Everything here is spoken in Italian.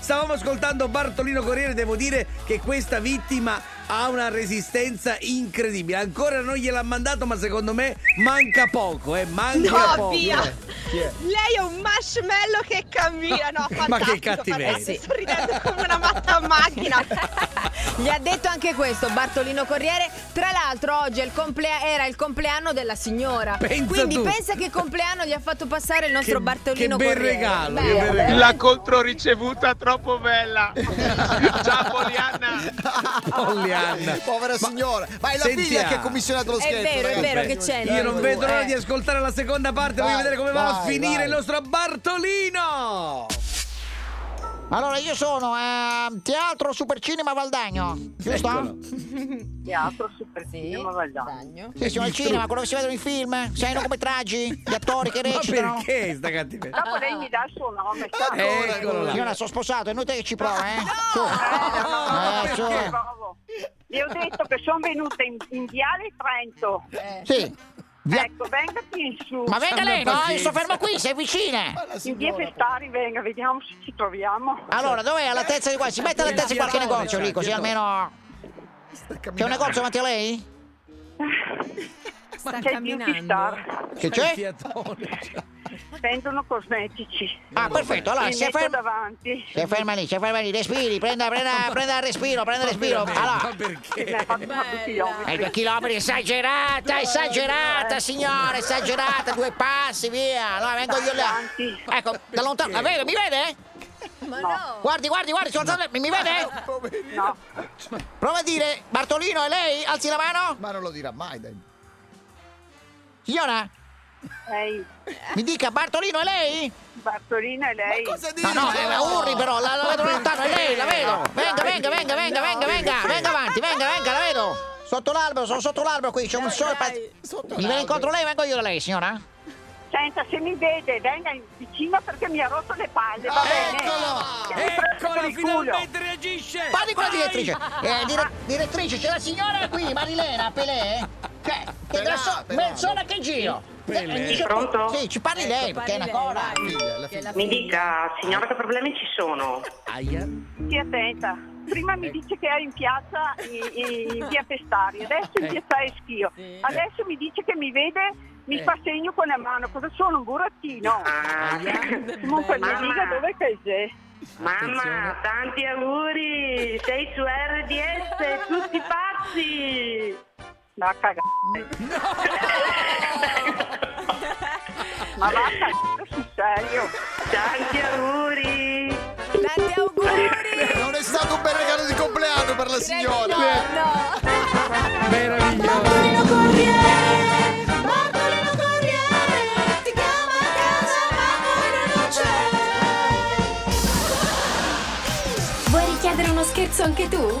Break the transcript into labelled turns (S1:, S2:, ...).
S1: Stavamo ascoltando Bartolino Corriere, devo dire che questa vittima ha una resistenza incredibile. Ancora non gliel'ha mandato, ma secondo me manca poco, eh, manca
S2: No,
S1: poco.
S2: via!
S1: Eh, chi è?
S2: Lei è un marshmallow che cammina, no?
S1: Ma
S2: fantastico,
S1: che cattiveria.
S2: fantastico, Sto ridendo come una matta a macchina.
S3: Gli ha detto anche questo Bartolino Corriere. Tra l'altro oggi è il complea- era il compleanno della signora.
S1: Pensa
S3: Quindi
S1: tu.
S3: pensa che compleanno gli ha fatto passare il nostro
S1: Che-
S3: Bartolino
S1: che bel
S3: Corriere.
S1: regalo,
S3: Beh,
S1: che bel regalo.
S4: La controricevuta troppo bella. Ciao Polianna.
S1: Pollianna.
S5: Povera signora. Ma è la figlia
S1: sentiamo.
S5: che ha commissionato lo
S3: È
S5: scherzo.
S3: vero, è
S5: ragazzi.
S3: vero che c'è.
S1: Io non vedo l'ora
S3: Eh.
S1: di ascoltare la seconda parte, voglio
S5: Vai,
S1: vedere come va a
S5: vai,
S1: finire
S5: vai.
S1: il nostro Bartolino!
S5: Allora, io sono a Teatro Supercinema Valdagno.
S1: Eccolo.
S5: Giusto?
S6: Teatro Super
S3: Sì,
S6: Cinema Valdagno.
S3: bagno.
S5: Sì, sono al cinema, quello che si vedono in film. Sai, i lungometraggi, gli attori che
S1: Ma
S5: recitano.
S1: perché sta cattiveria?
S6: Dopo lei mi dà il suo
S5: Eh,
S6: nome, sa?
S1: Eccolo
S5: Io
S1: là.
S5: la sono sposato, è inutile che ci provo, eh.
S1: No!
S5: eh, su.
S6: Perché provo? Le ho detto che sono venuta in, in Viale Trento.
S3: cioè,
S5: Sì. Via-
S6: Ecco, venga qui in su.
S5: Ma venga lei, no? Io
S1: pazienza.
S5: sono fermo qui, sei vicina.
S6: In via Festari, venga, vediamo se ci troviamo.
S5: Allora, dov'è? Alla terza di qua. Si mette alla terza di qualche
S1: Dietro,
S5: negozio lì, così
S1: dietro.
S5: almeno. C'è un negozio davanti a lei?
S3: Sta
S6: C'è Beauty
S3: camminando.
S6: Star,
S5: Che c'è?
S1: Fiatone. cioè.
S6: vendono cosmetici.
S5: Ah, perfetto, allora Eh.
S6: Mi
S5: si è
S6: metto
S5: fermo.
S6: davanti.
S5: Stai ferma lì, stai ferma lì, respiri, prenda, prenda, prenda il respiro, prenda il respiro.
S1: Ma
S5: Allora,
S6: Mi ha
S1: perché?
S6: fatto
S3: Bella.
S6: fatto chilometri.
S5: ai due chilometri, esagerata, esagerata, signora, esagerata, due passi, via. Allora, vengo io là.
S6: Avanti.
S5: Ecco, da lontano, la vede, mi vede?
S3: Ma no.
S5: Guardi, guardi, guardi, sono alzato- mi mi vede?
S6: No,
S5: Prova a dire, Bartolino, è lei? Alzi la mano.
S7: Ma non lo dirà mai, dai.
S5: Signora,
S6: lei,
S5: mi dica, Bartolino, è lei?
S6: Bartolina e lei.
S5: No, no, eh, la urli però, la, la vedo lontano, è lei, la vedo. Venga, venga, venga, venga, venga, venga, venga avanti, venga, venga, la vedo. Sotto l'albero, sono sotto l'albero qui, c'è un sole. pa- Mi viene incontro lei, vengo io da lei, signora.
S6: Senta, se mi vede, venga in- vicino perché mi ha rotto le palle,
S5: Ah,
S6: va bene? Mi ha preso per
S1: Eccola,
S6: il culo.
S1: finalmente reagisce!
S5: Parli con la
S1: Vai!
S5: direttrice. Eh, dire- direttrice, c'è la signora qui, Marilena Pelé. Che, che grasso, mezz'ora che giro. Eh, dice-
S8: Pronto?
S5: Sì,
S3: Ecco,
S5: ci Ecco, parli lei, perché è una cosa.
S8: Mi dica, signora, che problemi ci sono?
S1: Aia.
S6: Stia attenta. Prima mi dice che è in piazza i- i- in via Pestari, adesso in piazza Eschio. Adesso mi dice che mi vede, mi fa segno con la mano. Cosa sono? Un burattino.
S8: Ah,
S6: Comunque mi
S8: Mamma.
S6: dica dove che sei.
S8: mamma, tanti auguri! Sei su RDS, tutti pazzi!
S6: Ma cagare. Ma va a cagare sul serio.
S8: Tanti auguri!
S3: Tanti auguri.
S7: Non è stato un bel regalo di compleanno per la signora.
S3: No, no.
S1: Meraviglioso!
S3: Bartolino Corriere, Bartolino Corriere, ti chiama a casa ma poi non c'è.
S9: Vuoi richiedere uno scherzo anche tu?